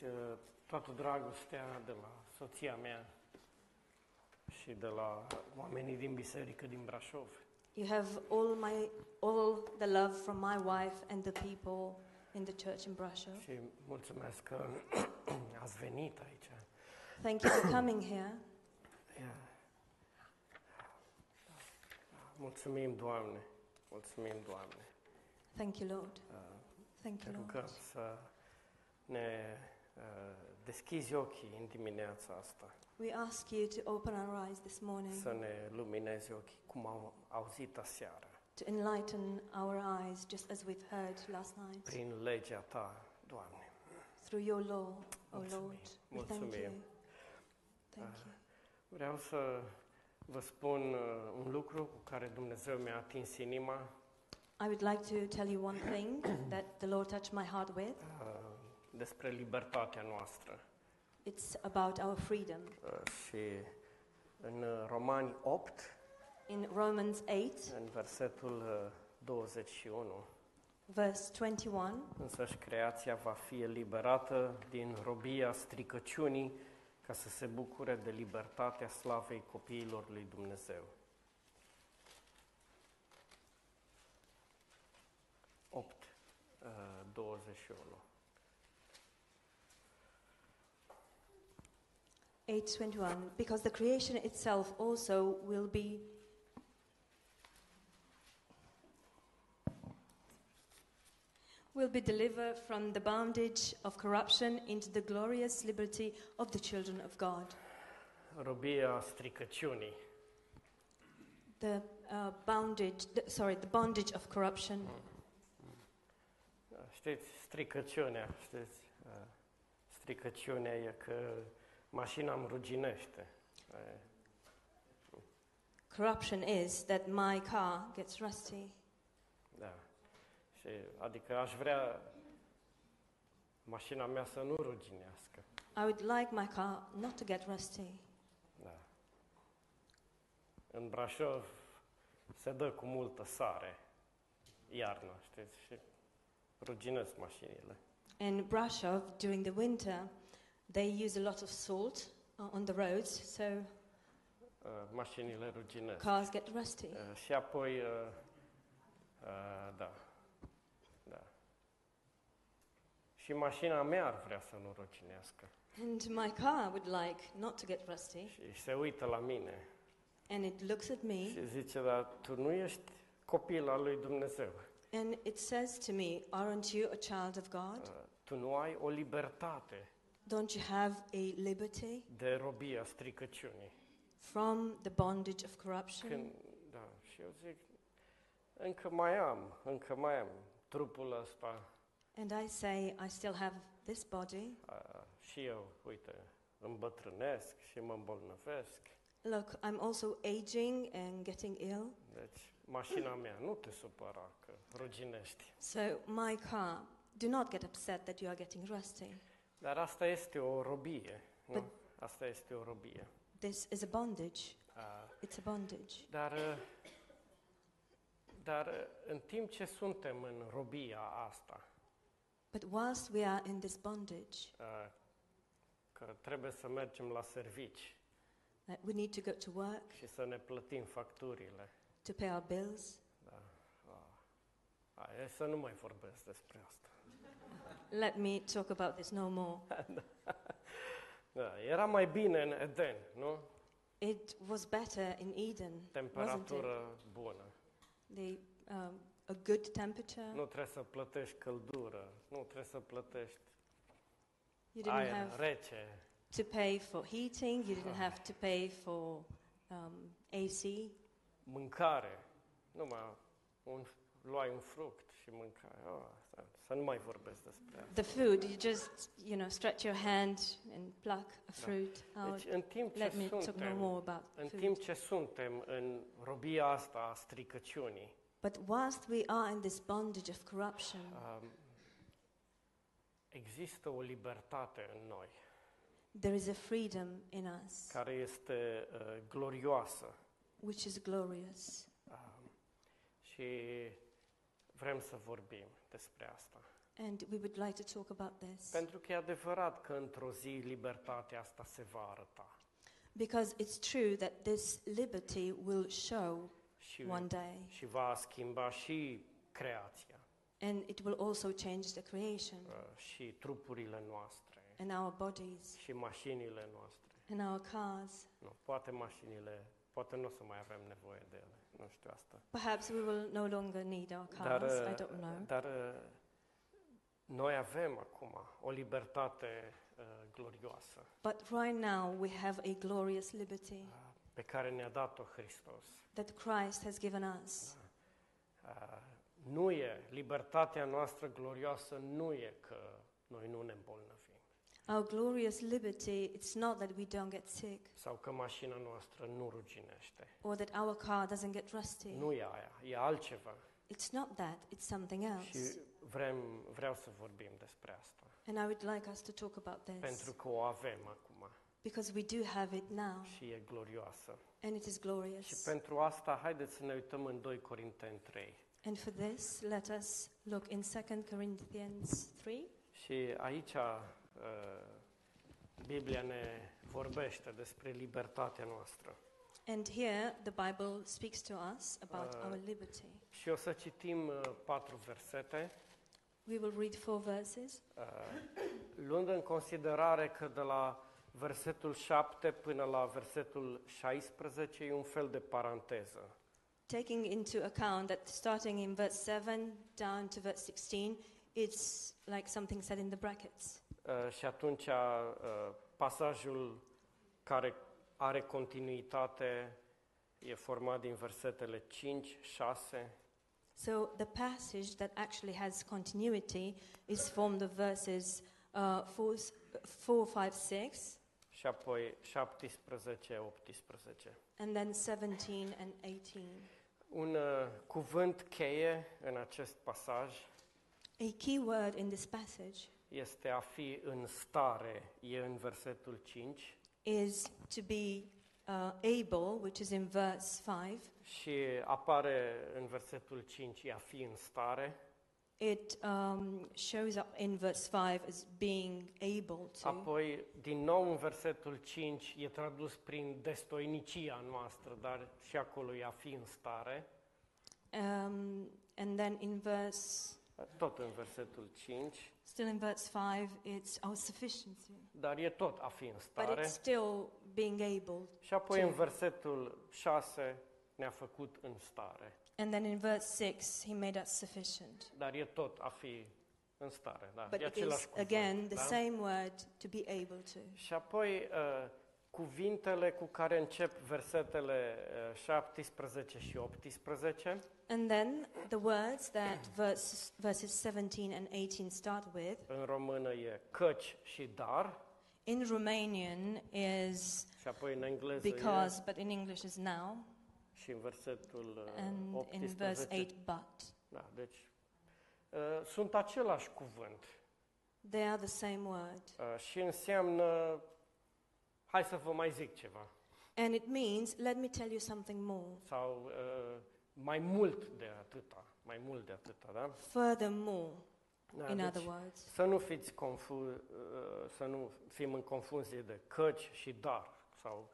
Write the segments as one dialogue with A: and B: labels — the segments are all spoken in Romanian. A: Deci, uh, toată dragostea de la soția mea și de la oamenii din biserică din Brașov.
B: You have all my all the love from my wife and the people in the church in Brasov.
A: Și mulțumesc că ați venit aici.
B: Thank you for coming here.
A: Ia. Mulțumim, Doamne! Mulțumim, Doamne!
B: Thank you, Lord.
A: Uh,
B: Thank
A: Te
B: you,
A: rugăm
B: Lord.
A: să ne uh, deschizi ochii în dimineața asta,
B: We ask you to open our eyes this morning,
A: să ne luminezi ochii, cum am auzit aseară,
B: to enlighten our eyes, just as we've heard last night,
A: prin legea Ta, Doamne.
B: through your law, O
A: Mulțumim.
B: Lord. We thank
A: Mulțumim.
B: you. Thank
A: Ah.
B: you.
A: Vreau să vă spun uh, un lucru cu care Dumnezeu mi-a atins inima.
B: I would like to tell you one thing that the Lord touched my heart with.
A: uh, despre libertatea noastră.
B: It's about our freedom.
A: Uh, Și în uh, Romani 8,
B: In Romans 8,
A: în versetul uh, 21,
B: verse 21,
A: însăși creația va fi eliberată din robia stricăciunii ca să se bucure de libertatea slavei copiilor lui Dumnezeu. 8, uh, 21.
B: 8:21 because the creation itself also will be will be delivered from the bondage of corruption into the glorious liberty of the children of God
A: Robia stricăciunii.
B: the uh, bondage the, sorry the bondage of corruption
A: Mm. Știți, stricăciunea, știți, uh, stricăciunea e că mașina îmi ruginește. E,
B: corruption is that my car gets rusty
A: Da. Și, adică aș vrea mașina mea să nu ruginească.
B: i would like my car not to get rusty
A: Da. În Brașov se dă cu multă sare iarna, știți, și ruginesc mașinile.
B: In Brasov, during the winter, they use a lot of salt uh, on the roads, so
A: Uh, Mașinile ruginesc.
B: cars get rusty.
A: Uh, Și apoi, uh, uh, da, da. Și mașina mea ar vrea să nu ruginească.
B: And my car would like not to get rusty,
A: Și se uită la mine
B: and it looks at me
A: și zice, dar tu nu ești copil al lui Dumnezeu.
B: and it says to me, Aren't you a child of God?
A: Uh, Tu nu ai o libertate
B: Don't you have a liberty
A: de robia stricăciunii.
B: from the bondage of corruption?
A: Când, da, și eu zic, încă mai am, încă mai am trupul ăsta
B: And I say, I still have this body.
A: uh, și eu, uite, îmbătrânesc și mă îmbolnăvesc.
B: Look, I'm also aging and getting ill,
A: Deci, mașina mea, nu te supăra că ruginești.
B: so my car, do not get upset that you are getting rusty.
A: Dar asta este o robie, nu? Asta este o robie. Uh,
B: This is a bondage.
A: A,
B: It's a bondage.
A: Dar, uh, dar uh, în timp ce suntem în robia asta,
B: But whilst we are in this bondage,
A: uh, că trebuie să mergem la servici
B: that we need to go to work
A: și să ne plătim facturile,
B: to pay our bills.
A: da, a, a, e să nu mai vorbesc despre asta.
B: Let me talk about this no more.
A: Da, era mai bine în Eden, nu?
B: It was better in Eden, wasn't it?
A: Temperatură bună.
B: The, um, a good temperature.
A: Nu trebuie să plătești căldură, nu trebuie să plătești
B: You didn't
A: aer
B: have
A: rece.
B: to pay for heating. You didn't have to pay for um, AC.
A: mâncare, numai un, luai un fruct și mâncai. Oh, să, să nu mai vorbesc despre asta.
B: The food, you just, you know, stretch your hand and pluck a fruit out.
A: Deci, în timp ce
B: Let me talk no
A: suntem,
B: more about
A: în
B: food.
A: timp ce suntem în robia asta a stricăciunii,
B: But whilst we are in this bondage of corruption,
A: um, există o libertate în noi
B: there is a freedom in us
A: care este uh, glorioasă
B: which is glorious.
A: um, și vrem să vorbim despre asta.
B: And we would like to talk about this
A: Pentru că e adevărat că într-o zi libertatea asta se va arăta.
B: because it's true that this liberty will show
A: Și,
B: one day
A: și va schimba și creația
B: and it will also change the creation
A: uh, și trupurile noastre
B: and our bodies
A: și mașinile noastre.
B: and our cars.
A: Nu, poate mașinile, poate nu o să mai avem nevoie de ele, nu știu asta.
B: Perhaps we will no longer need our cars, I don't know.
A: dar uh, noi avem acum o libertate uh, glorioasă
B: But right now we have a glorious liberty
A: uh, pe care ne-a dat-o Hristos.
B: that Christ has given us.
A: Uh, nu e, libertatea noastră glorioasă nu e că noi nu ne îmbolnăvim
B: Our glorious liberty, it's not that we don't get sick
A: sau că mașina noastră nu ruginește.
B: or that our car doesn't get rusty.
A: Nu e aia, e altceva.
B: It's not that, it's something else.
A: Și vrem, vreau să vorbim despre asta,
B: And I would like us to talk about this
A: pentru că o avem acum
B: because we do have it now
A: și e glorioasă.
B: and it is
A: Și
B: glorious.
A: pentru asta, haideți să ne uităm în 2 Corinteni 3.
B: And for this, let us look in 2 Corinthians 3.
A: Și aici uh, Biblia ne vorbește despre libertatea noastră.
B: And here the Bible speaks to us about
A: Uh,
B: our liberty.
A: Și o să citim uh, patru versete,
B: We will read four verses,
A: uh, luând în considerare că de la versetul 7 până la versetul 16 e un fel de paranteză.
B: taking into account that starting in verse 7 down to verse 16, it's like something said in the brackets.
A: Uh, și atunci uh, pasajul care are continuitate e format din versetele 5, 6,
B: So the passage that actually has continuity is from the verses uh, 4, 4, 5, 6,
A: și apoi 17, 18.
B: and then 17 and 18.
A: Un uh, cuvânt cheie în acest pasaj
B: A key word in this passage
A: este a fi în stare, e în versetul 5,
B: is to be uh, able, which is in verse 5.
A: și apare în versetul 5, e a fi în stare,
B: It um, shows up in verse 5 as being able to.
A: apoi din nou în versetul 5 e tradus prin destoinicia noastră, dar și acolo e a fi în stare,
B: Um, and then in verse,
A: tot în versetul 5,
B: still in verse 5, it's our sufficiency.
A: dar e tot a fi în
B: But
A: stare,
B: it's still being able.
A: și apoi
B: ce-
A: în versetul 6 ne-a făcut în stare,
B: And then in verse 6, he made us sufficient.
A: dar e tot a fi în stare, da,
B: But
A: e
B: it
A: același
B: is,
A: cuvânt,
B: again, the
A: da?
B: same word to be able to.
A: Și apoi uh, cuvintele cu care încep versetele uh, 17 și 18
B: And then the words that verse, verses 17 and 18 start with
A: în română e căci și dar
B: in Romanian is
A: și apoi în engleză
B: because, but in English is now,
A: e și în versetul uh,
B: and in
A: 18.
B: verse 8, but.
A: Da, deci uh, sunt același cuvânt
B: They are the same word.
A: uh, și înseamnă hai să vă mai zic ceva
B: And it means, let me tell you something more.
A: sau uh, mai mult de atâta, mai mult de atâta, da?
B: Furthermore,
A: da
B: in
A: deci,
B: other words.
A: Să nu fiți confu- uh, să nu fim în confuzie de căci și dar, sau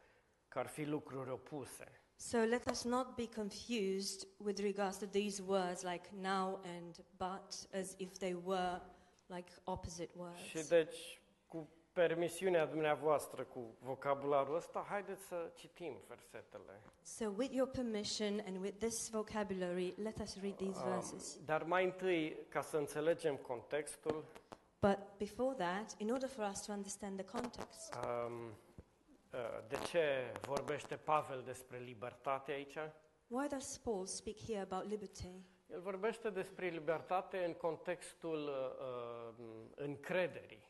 A: că ar fi lucruri opuse.
B: So let us not be confused with regards to these words like now and but as if they were like opposite
A: Și
B: words.
A: deci, cu permisiunea dumneavoastră, cu vocabularul ăsta, haideți să citim versetele.
B: So, with your permission and with this vocabulary, let us read these
A: Um,
B: verses.
A: Dar mai întâi, ca să înțelegem contextul,
B: But before that, in order for us to understand the context,
A: um, uh, de ce vorbește Pavel despre libertate aici?
B: why does Paul speak here about liberty?
A: El vorbește despre libertate în contextul uh, um, încrederii.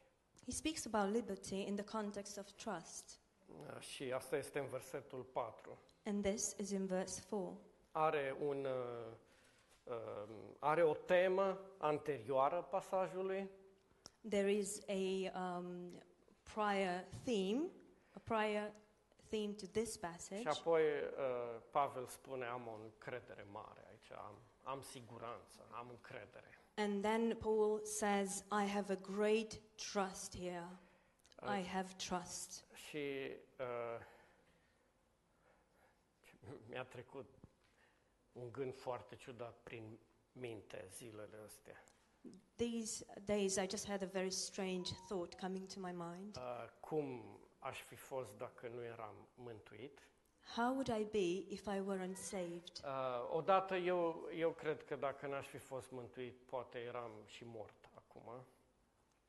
B: He speaks about liberty in the context of trust,
A: Ă, Și asta este în versetul 4.
B: and this is in verse 4.
A: Are, un, uh, um, are o temă anterioară pasajului
B: There is a um, prior theme, a prior theme to this passage,
A: și apoi uh, Pavel spune am o încredere mare aici, am, am siguranță, am încredere.
B: And then Paul says, I have a great trust here. I have trust.
A: Uh, Și uh, mi-a trecut un gând foarte ciudat prin minte zilele astea.
B: These days, I just had a very strange thought coming to my mind.
A: Uh, cum aș fi fost dacă nu eram mântuit?
B: How would I be if I were unsaved?
A: Uh, odată eu, eu cred că dacă n-aș fi fost mântuit, poate eram și mort acum.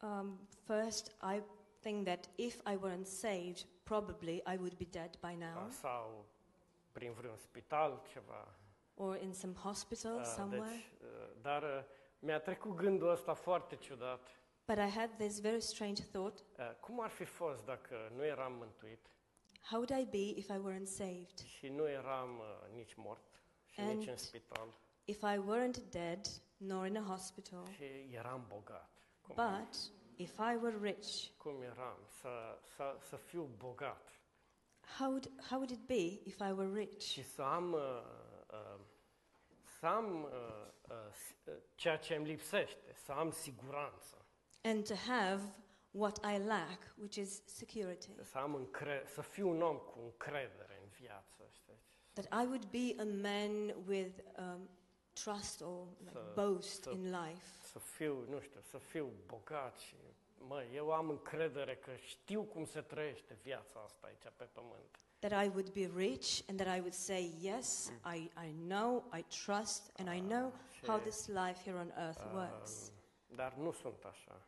B: Um, first, I think that if I were unsaved, probably I would be dead by now
A: Da, sau prin vreun spital, ceva.
B: or in some hospital somewhere.
A: deci, uh, dar uh, mi-a trecut gândul ăsta foarte ciudat.
B: But I had this very strange thought
A: Uh, cum ar fi fost dacă nu eram mântuit
B: how would I be if I were unsaved?
A: și nu eram uh, nici mort și
B: And-
A: nici în spital
B: If I weren't dead nor in a hospital,
A: și eram bogat? Cum,
B: but if I were rich,
A: cum eram? Să, să, să fiu bogat
B: how would, how would it be if I were rich?
A: și să am, uh, uh, să am uh, uh, s- uh, ceea ce îmi lipsește, să am siguranță,
B: And to have what I lack, which is security.
A: să, am încre- să fiu un om cu încredere în viață, știți?
B: That I would be a man with um, trust or like,
A: So-
B: boast
A: so-
B: in life.
A: Să fiu, nu știu, să fiu bogat și, mă, eu am încredere că știu cum se trăiește viața asta aici pe pământ.
B: That I would be rich and that I would say, Yes, I, I know, I trust, and I know how
A: și,
B: this life here on earth
A: Ah, um,
B: works.
A: Dar nu sunt așa.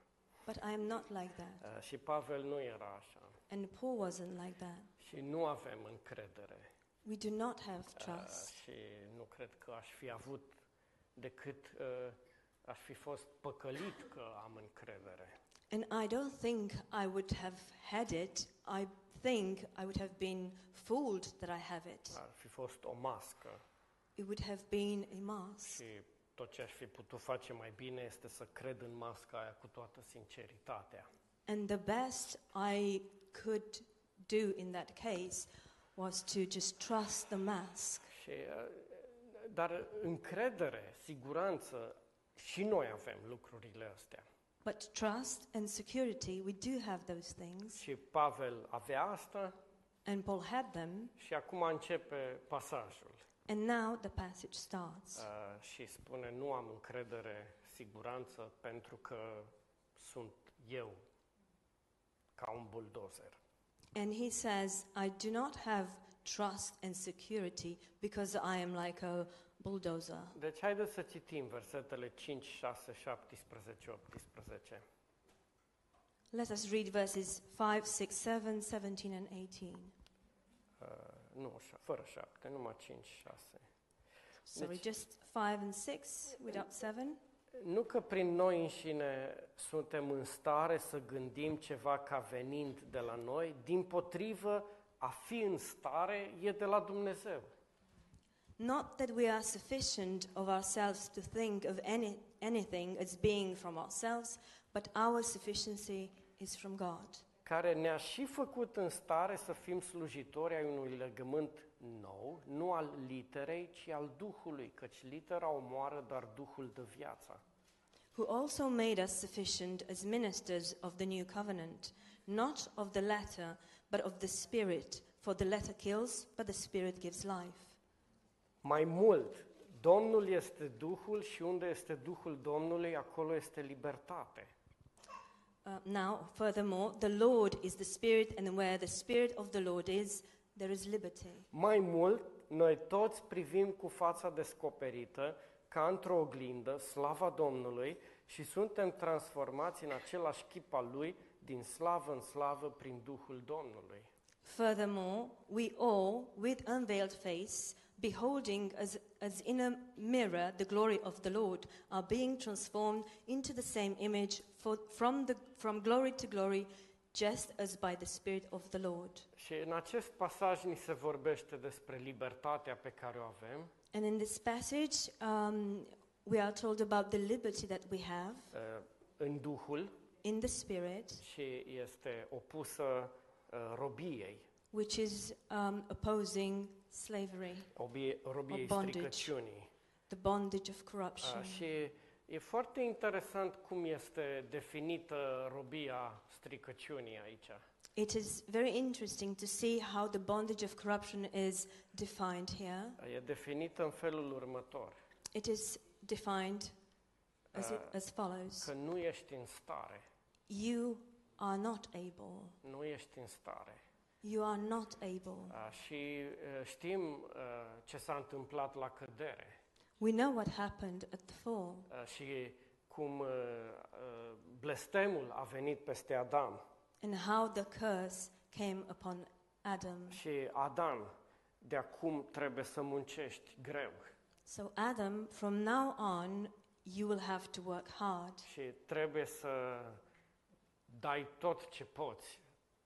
B: But I am not like that.
A: Uh, Și Pavel nu era așa.
B: And Paul wasn't like that.
A: Și nu avem încredere.
B: We do not have
A: Uh,
B: trust.
A: Și nu cred că aș fi avut decât uh, aș fi fost păcălit că am încredere.
B: And I don't think I would have had it. I think I would have been fooled that I have it.
A: Ar fi fost o mască
B: It would have been a mask.
A: și tot ce aș fi putut face mai bine este să cred în masca aia cu toată sinceritatea.
B: And the best I could do in that case was to just trust the mask.
A: Și, uh, dar încredere, siguranță, și noi avem lucrurile astea.
B: But trust and security, we do have those things.
A: Și Pavel avea asta
B: And Paul had them.
A: și acum începe pasajul
B: And now the passage starts.
A: uh, și spune nu am încredere, siguranță, pentru că sunt eu ca un buldozer.
B: And he says, I do not have trust and security because I am like a bulldozer.
A: Deci haideți să citim versetele 5, 6, 17, 18.
B: Let us read verses 5, 6, 7, 17, and 18.
A: Uh, nu, șa- fără 7, numai 5, 6.
B: Sorry,
A: Deci-
B: just 5 and 6 without 7.
A: Nu că prin noi înșine suntem în stare să gândim ceva ca venind de la noi, din potrivă, a fi în stare e de la Dumnezeu.
B: Not that we are sufficient of ourselves to think of any, anything as being from ourselves, but our sufficiency is from God,
A: care ne-a și făcut în stare să fim slujitori ai unui legământ nou, nu al literei, ci al Duhului, căci litera omoară, dar Duhul dă viața.
B: who also made us sufficient as ministers of the new covenant, not of the letter, but of the Spirit, for the letter kills, but the Spirit gives life.
A: Mai mult, Domnul este Duhul și unde este Duhul Domnului, acolo este libertate.
B: Uh, now, furthermore, the Lord is the Spirit, and where the Spirit of the Lord is, there is liberty.
A: Mai mult, noi toți privim cu fața descoperită, ca într-o oglindă, slava Domnului și suntem transformați în același chip al Lui, din slavă în slavă, prin Duhul Domnului.
B: Furthermore, we all, with unveiled face, beholding as, as in a mirror the glory of the Lord, are being transformed into the same image for, from, the, from glory to glory, just as by the Spirit of the Lord.
A: Și în acest pasaj ni se vorbește despre libertatea pe care o avem,
B: And in this passage, um, we are told about the liberty that we have
A: uh, în Duhul,
B: in the Spirit,
A: și este opusă uh, robiei,
B: which is um, opposing slavery,
A: obie- robiei
B: bondage.
A: stricăciunii.
B: the bondage of corruption.
A: Uh, Și E foarte interesant cum este definită robia stricăciunii aici.
B: It is very interesting to see how the bondage of corruption is defined here.
A: E definită în felul următor,
B: It is defined as, it- as follows
A: că nu ești în stare,
B: You are not able.
A: nu ești în stare.
B: You are not able.
A: A, Și uh, știm uh, ce s-a întâmplat la cădere
B: We know what happened at the fall
A: uh, și cum uh, uh, blestemul a venit peste Adam.
B: and how the curse came upon Adam.
A: Și Adam, de acum trebuie să muncești greu
B: So, Adam, from now on, you will have to work hard.
A: și trebuie să dai tot ce poți,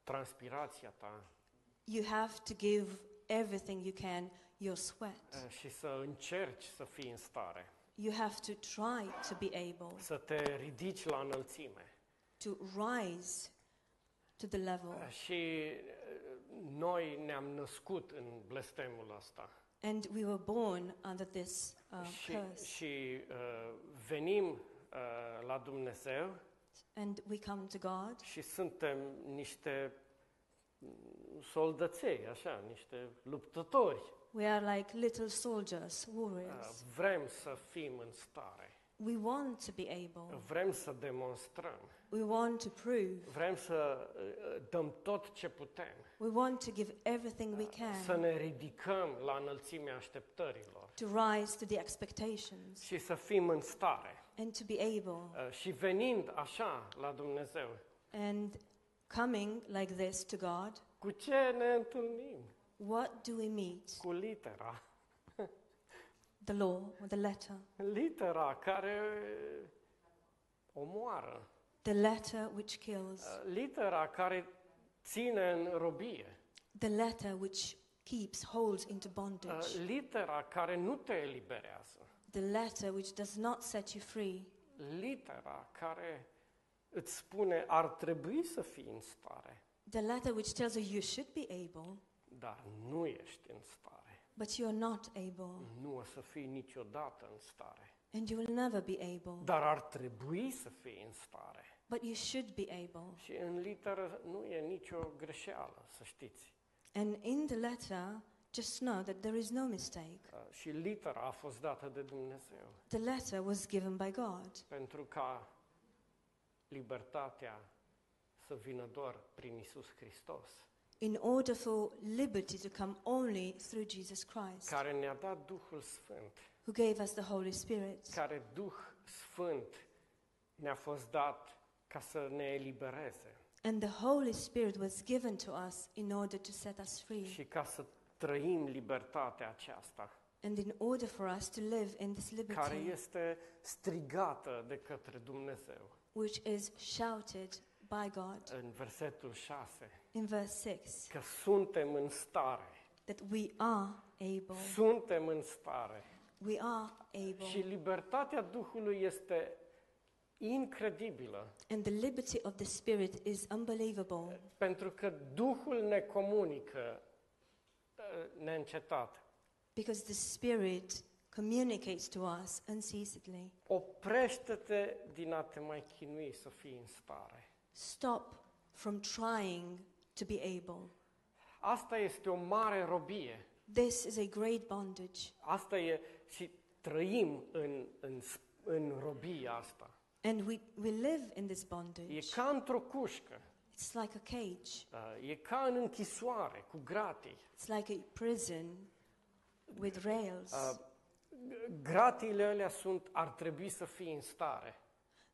A: transpirația ta,
B: You have to give everything you can, your sweat.
A: uh, și să încerci să fii în stare,
B: You have to try to be able
A: să te ridici la înălțime.
B: to rise to the level.
A: Uh, Și uh, noi ne-am născut în blestemul ăsta.
B: And we were born under this uh,
A: și,
B: curse.
A: și uh, venim uh, la Dumnezeu
B: And we come to God
A: și suntem niște mm, soldăței, așa, niște luptători.
B: We are like little soldiers,
A: Uh,
B: warriors.
A: Vrem să fim în stare,
B: We want to be able.
A: vrem să demonstrăm,
B: We want to prove.
A: vrem să uh, dăm tot ce putem,
B: We want to give everything we
A: să
B: can
A: ne ridicăm la înălțimea așteptărilor
B: to rise to the expectations
A: și să fim în stare.
B: and to be able.
A: Uh, Și venind așa la Dumnezeu,
B: And coming like this to God,
A: cu ce ne întâlnim?
B: what do we meet?
A: Cu litera.
B: The law or the letter.
A: Litera care uh, omoară,
B: The letter which kills.
A: Uh, litera care ține în robie,
B: The letter which keeps hold into bondage.
A: Uh, litera care nu te eliberează,
B: The letter which does not set you free.
A: litera care îți spune ar trebui să fii în stare,
B: The letter which tells you you should be able,
A: dar nu ești în stare,
B: but you're not able.
A: nu o să fii niciodată în stare,
B: And you will never be able,
A: dar ar trebui să fii în stare.
B: but you should be able.
A: Și în literă nu e nicio greșeală, să știți.
B: And in the letter, just know that there is no mistake.
A: Uh, Și litera a fost dată de Dumnezeu.
B: The letter was given by God
A: pentru ca libertatea să vină doar prin Isus Hristos,
B: in order for liberty to come only through Jesus Christ,
A: care ne-a dat Duhul Sfânt,
B: who gave us the Holy Spirit.
A: care Duh Sfânt ne-a fost dat ca să ne elibereze
B: And the Holy Spirit was given to us in order to set us free
A: și ca să trăim libertatea aceasta,
B: and in order for us to live in this
A: care
B: liberty,
A: este strigată de către Dumnezeu.
B: which is shouted by God
A: În versetul 6,
B: in verse 6
A: că suntem în stare,
B: that we are able.
A: suntem în stare.
B: We are able.
A: Și libertatea Duhului este incredibilă.
B: And the liberty of the Spirit is unbelievable
A: Pentru că Duhul ne comunică uh, neîncetat.
B: because the Spirit communicates to us unceasingly.
A: Oprește-te din a te mai chinui să fii în stare.
B: Stop from trying to be able.
A: Asta este o mare robie.
B: This is a great bondage,
A: Asta e și trăim în, în, s- în robia asta.
B: and we, we live in this
A: E
B: bondage.
A: ca într-o cușcă,
B: It's like a cage,
A: uh, e ca în închisoare, cu gratii.
B: it's like a prison with rails.
A: Uh, Gratiile alea sunt, ar trebui să fii în stare.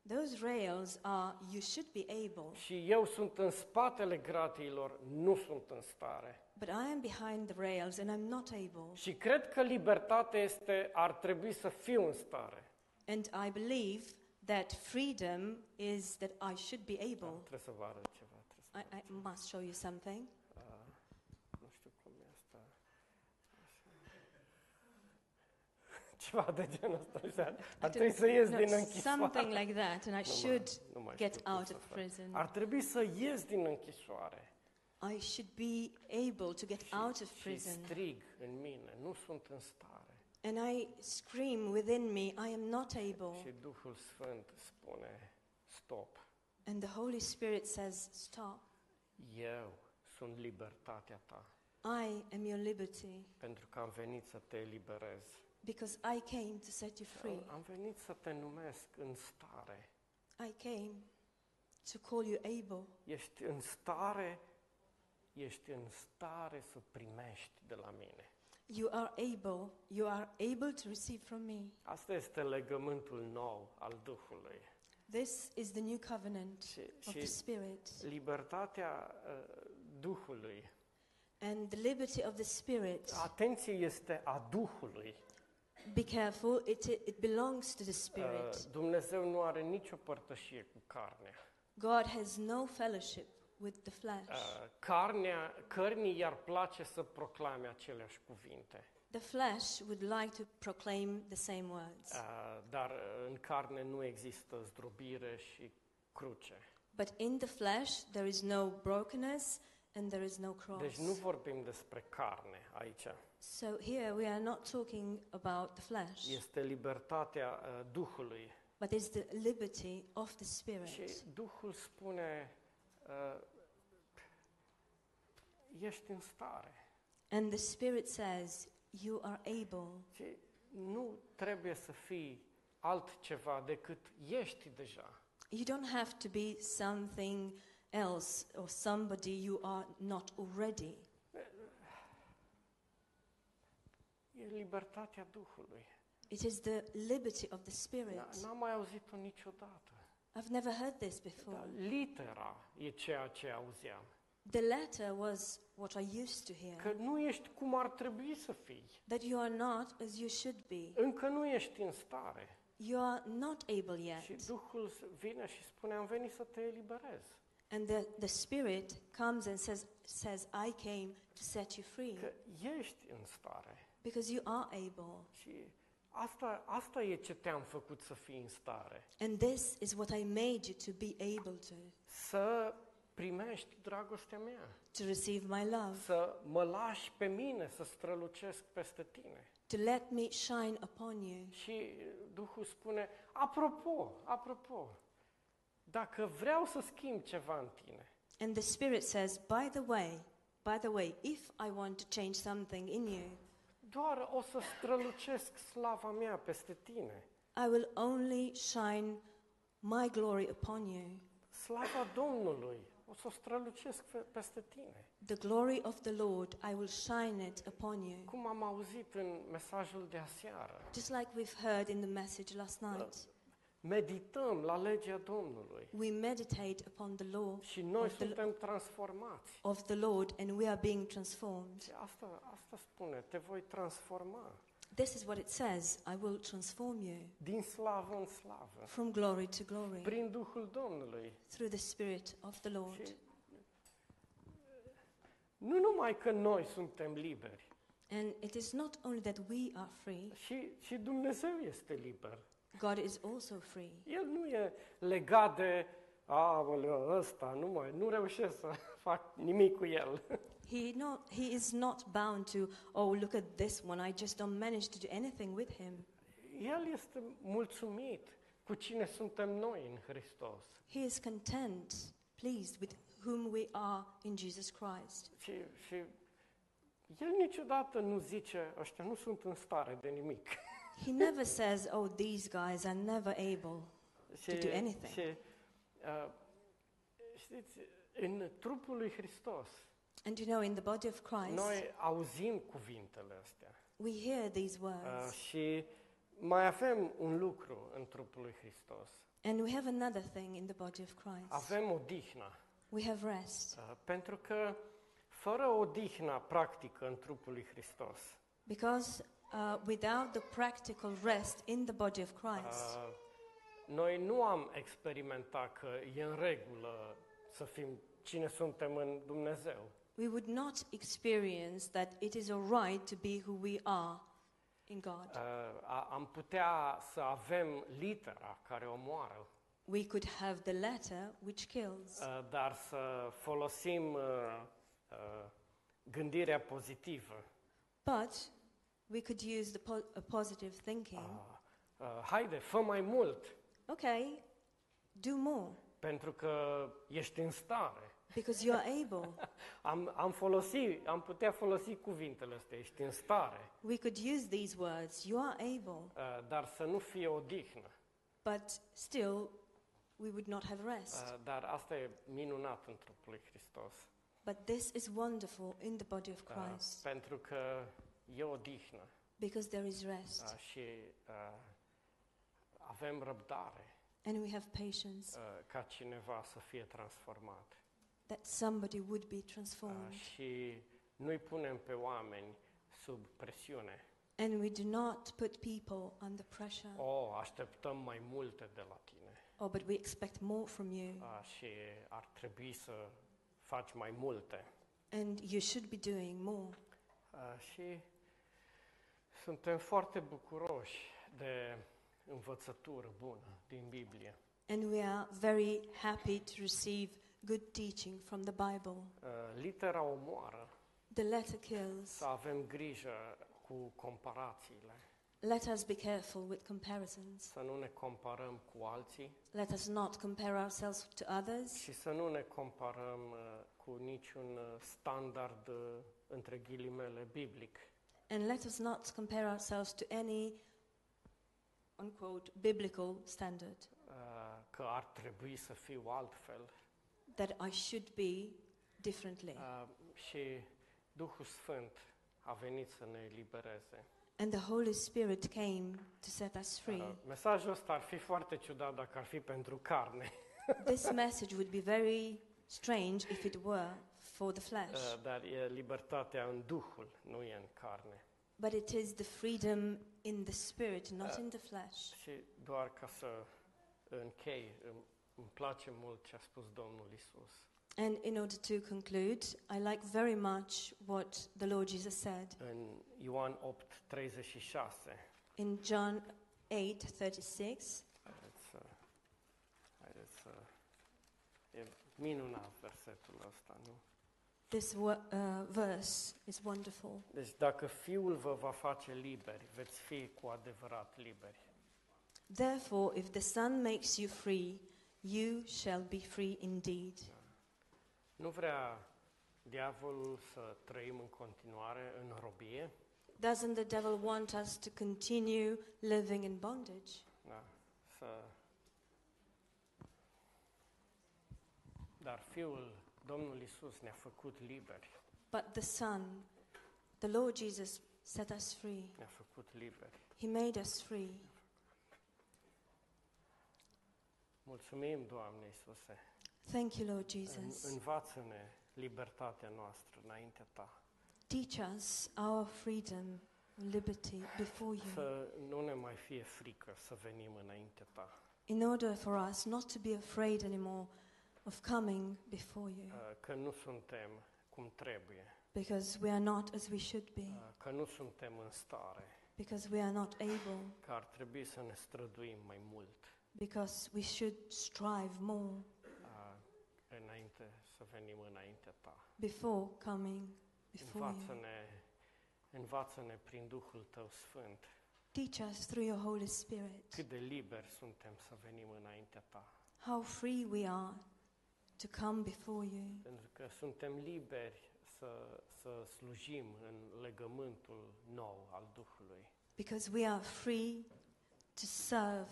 B: Those rails are you should be able,
A: Și eu sunt în spatele gratiilor, nu sunt în stare.
B: but I am behind the rails and I'm not able.
A: Și cred că libertatea este, ar trebui să fiu în stare.
B: And I believe that freedom is that I should be
A: Da,
B: able.
A: trebuie să vă arăt ceva. Trebuie să...
B: I, I must show you something.
A: A, nu știu cum e asta. Așa. Ceva de genul ăsta. Așa. Ar trebui să ies
B: No,
A: din închisoare.
B: Deci, something like that, and I should
A: nu mai
B: get
A: știu cum
B: out
A: să
B: of
A: fac.
B: prison.
A: Ar trebui să ies din închisoare.
B: I should be able to get out of
A: Și
B: prison.
A: strig în mine, nu sunt în stare.
B: And I scream within me, I am not able.
A: Și Duhul Sfânt spune, stop,
B: And the Holy Spirit says, Stop.
A: eu sunt libertatea ta,
B: I am your liberty
A: pentru că am venit să te eliberez.
B: because I came to set you free.
A: Am venit să te numesc în stare.
B: I came to call you able.
A: Ești în stare, ești în stare să primești de la mine.
B: You are able. You are able to receive from me.
A: Asta este legământul nou al Duhului.
B: This is the new covenant
A: Și,
B: of the
A: și
B: Spirit.
A: libertatea uh, Duhului.
B: And the liberty of the Spirit,
A: Atenție este a Duhului.
B: be careful, it, it belongs to the Spirit.
A: Uh, Dumnezeu nu are nicio părtășie cu carnea.
B: God has no fellowship with the flesh.
A: Uh, Carnea, cărnii i-ar place să proclame aceleași cuvinte,
B: The flesh would like to proclaim the same words,
A: Uh, dar uh, în carne nu există zdrobire și cruce.
B: but in the flesh there is no brokenness and there is no
A: Deci nu
B: cross.
A: vorbim despre carne aici.
B: So here we are not talking about the flesh,
A: Este libertatea uh, Duhului.
B: but it's the liberty of the
A: Și
B: Spirit.
A: Duhul spune, uh, ești în stare.
B: And the Spirit says, You are able.
A: Și nu trebuie să fii altceva decât ești deja.
B: You don't have to be something else or somebody you are not already.
A: E libertatea Duhului.
B: It is the liberty of the Spirit.
A: N- N-am mai auzit-o niciodată.
B: I've never heard this
A: Dar
B: before.
A: litera e ceea ce auzeam.
B: The latter was what I used to hear
A: Că nu ești cum ar trebui să fii.
B: that you are not as you should be.
A: Încă nu ești în stare.
B: You are not able yet.
A: Și Duhul s- vine și spune, am venit să te eliberez.
B: And the, the Spirit comes and says, says, I came to set you free
A: Că ești în stare.
B: because you are able.
A: Și asta, asta e ce te-am făcut să fii în stare.
B: And this is what I made you to be able to,
A: Să primești dragostea mea.
B: to receive my love,
A: Să mă lași pe mine să strălucesc peste tine.
B: to let me shine upon you.
A: Și Duhul spune, apropo, apropo, dacă vreau să schimb ceva în tine,
B: And the Spirit says, by the way, by the way, if I want to change something in you,
A: doar o să strălucesc slava mea peste tine.
B: I will only shine my glory upon you.
A: Slava Domnului, o să o strălucesc fe- peste tine.
B: The glory of the Lord, I will shine it upon you.
A: Cum am auzit în mesajul de aseară,
B: Just like we've heard in the message last night,
A: medităm la legea Domnului
B: we meditate upon the law
A: și noi
B: of the,
A: suntem transformați.
B: of the Lord and we are being transformed.
A: Și asta, asta spune, te voi transforma
B: This is what it says I will transform you
A: din slavă în slavă,
B: from glory to glory
A: prin Duhul Domnului.
B: through the Spirit of the Lord.
A: Și nu numai că noi suntem liberi,
B: And it is not only that we are free,
A: și, și Dumnezeu este liber.
B: God is also free.
A: El nu e legat de, aoleu, ăsta, nu mai, nu reușesc să fac nimic cu el.
B: He, not, he is not bound to, oh, look at this one, I just don't manage to do anything with him.
A: El este mulțumit cu cine suntem noi în Hristos.
B: He is content, pleased with whom we are in Jesus Christ.
A: Și, și el niciodată nu zice, ăștia nu sunt în stare de nimic.
B: He never says, Oh, these guys are never able.
A: Și,
B: do anything.
A: și uh, știți, în trupul lui Hristos,
B: And you know, in the body of Christ,
A: Noi auzim cuvintele astea
B: we hear these words.
A: uh, și mai avem un lucru în trupul lui Hristos.
B: and we have another thing in the body of Christ
A: Avem o dihnă,
B: we have rest.
A: uh, pentru că fără o dihnă practică în trupul lui Hristos,
B: Because uh, without the practical rest in the body of Christ,
A: uh, noi nu am experimentat că e în regulă să fim cine suntem în Dumnezeu.
B: we would not experience that it is all right to be who we are in God.
A: Uh, a- am putea să avem litera care omoară,
B: we could have the latter which kills.
A: Uh, dar să ah, folosim uh, uh, gândirea pozitivă
B: But We could use the po- a positive thinking.
A: Uh, haide, fă mai mult,
B: Okay, do more
A: pentru că ești în stare.
B: because you are able.
A: Am, am, folosi, am putea folosi cuvintele astea, ești în stare,
B: We could use these words, you are able,
A: uh, dar să nu fie odihnă.
B: but still we would not have rest.
A: Uh, dar asta e minunat în trupul lui Hristos,
B: But this is wonderful in the body of
A: uh,
B: Christ
A: pentru că e odihnă
B: because there is rest
A: uh, și uh, avem răbdare
B: and we have patience
A: uh, ca cineva să fie transformat.
B: that somebody would be
A: Uh,
B: transformed.
A: și nu-i punem pe oameni sub presiune.
B: And we do not put people under pressure.
A: O, oh, așteptăm mai multe de la tine
B: Oh, but we expect more from you.
A: uh, și ar trebui să faci mai multe.
B: And you should be doing more.
A: Uh, și suntem foarte bucuroși de învățătură bună din Biblie.
B: And we are very happy to receive good teaching from the Bible.
A: Uh, litera omoară
B: The letter kills.
A: să avem grijă cu comparațiile,
B: Let us be careful with comparisons.
A: să nu ne comparăm cu alții
B: Let us not compare ourselves to others
A: și să nu ne comparăm uh, cu niciun uh, standard, uh, între ghilimele, biblic.
B: and let us not compare ourselves to any unquote biblical standard
A: uh, Că ar trebui să fiu altfel.
B: that I should be differently.
A: Uh, Și Duhul Sfânt a venit să ne elibereze.
B: And the Holy Spirit came to set us free.
A: Uh, Mesajul ăsta ar fi foarte ciudat dacă ar fi pentru carne,
B: This message would be very strange if it were for the flesh,
A: Uh, dar e libertatea în Duhul, nu e în carne.
B: but it is the freedom in the spirit, not in the flesh.
A: Și doar ca să închei, îmi- îmi place mult ce a spus Domnul Isus.
B: And in order to conclude, I like very much what the Lord Jesus said
A: În Ioan 8, 36.
B: in John 8:36.
A: Haideți să... Haideți să... E minunat versetul ăsta, nu?
B: This wo- uh, verse is wonderful.
A: Deci dacă Fiul vă va face liberi, veți fi cu adevărat liberi.
B: Therefore, if the Son makes you free, you shall be free indeed.
A: Nu vrea diavolul să trăim în continuare în robie,
B: Doesn't the devil want us to continue living in bondage?
A: da, să... Dar Fiul, Domnul Isus ne-a făcut liberi,
B: But the Son, the Lord Jesus, set us free.
A: ne-a făcut liberi.
B: He made us free.
A: Mulțumim, Doamne Iisuse,
B: Thank you, Lord
A: în,
B: Jesus.
A: învață-ne libertatea noastră înaintea Ta.
B: Teach us our freedom, liberty before you,
A: Să nu ne mai fie frică să venim înaintea ta,
B: in order for us not to be afraid anymore of coming before you,
A: uh, că nu suntem cum trebuie,
B: because we are not as we should be,
A: uh, că nu suntem în stare,
B: because we are not able,
A: că ar trebui să ne străduim mai mult
B: because we should strive more
A: uh, înainte să venim înaintea ta.
B: before coming before you.
A: Învață-ne, învață-ne prin Duhul tău Sfânt
B: Teach us through your Holy Spirit
A: cât de liberi suntem să venim înaintea ta,
B: how free we are to come before you,
A: pentru că suntem liberi să, să slujim în legământul nou al Duhului.
B: because we are free to serve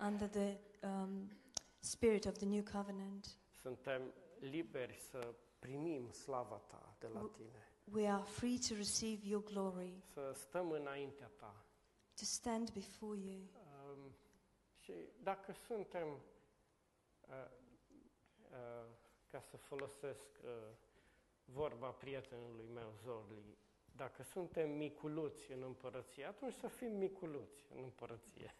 B: under the um, spirit of the new covenant.
A: Suntem liberi să primim slava ta de la
B: Bu-
A: tine,
B: We are free to receive your glory,
A: să stăm înaintea ta.
B: to stand before you.
A: Um, și dacă suntem, uh, uh, ca să folosesc uh, vorba prietenului meu, Zorli, dacă suntem miculuți în împărăție, atunci să fim miculuți în împărăție.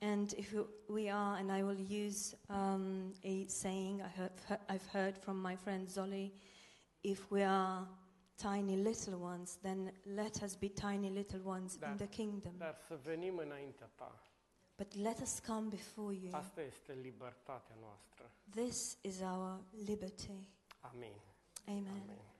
B: And if you- we are, and I will use um, a saying I heard, I've heard from my friend Zoli if we are tiny little ones, then let us be tiny little ones
A: Da.
B: in the kingdom.
A: Dar să venim înaintea ta.
B: But let us come before you.
A: Asta este libertatea noastră.
B: This is our liberty.
A: Amin.
B: Amen.
A: Amin.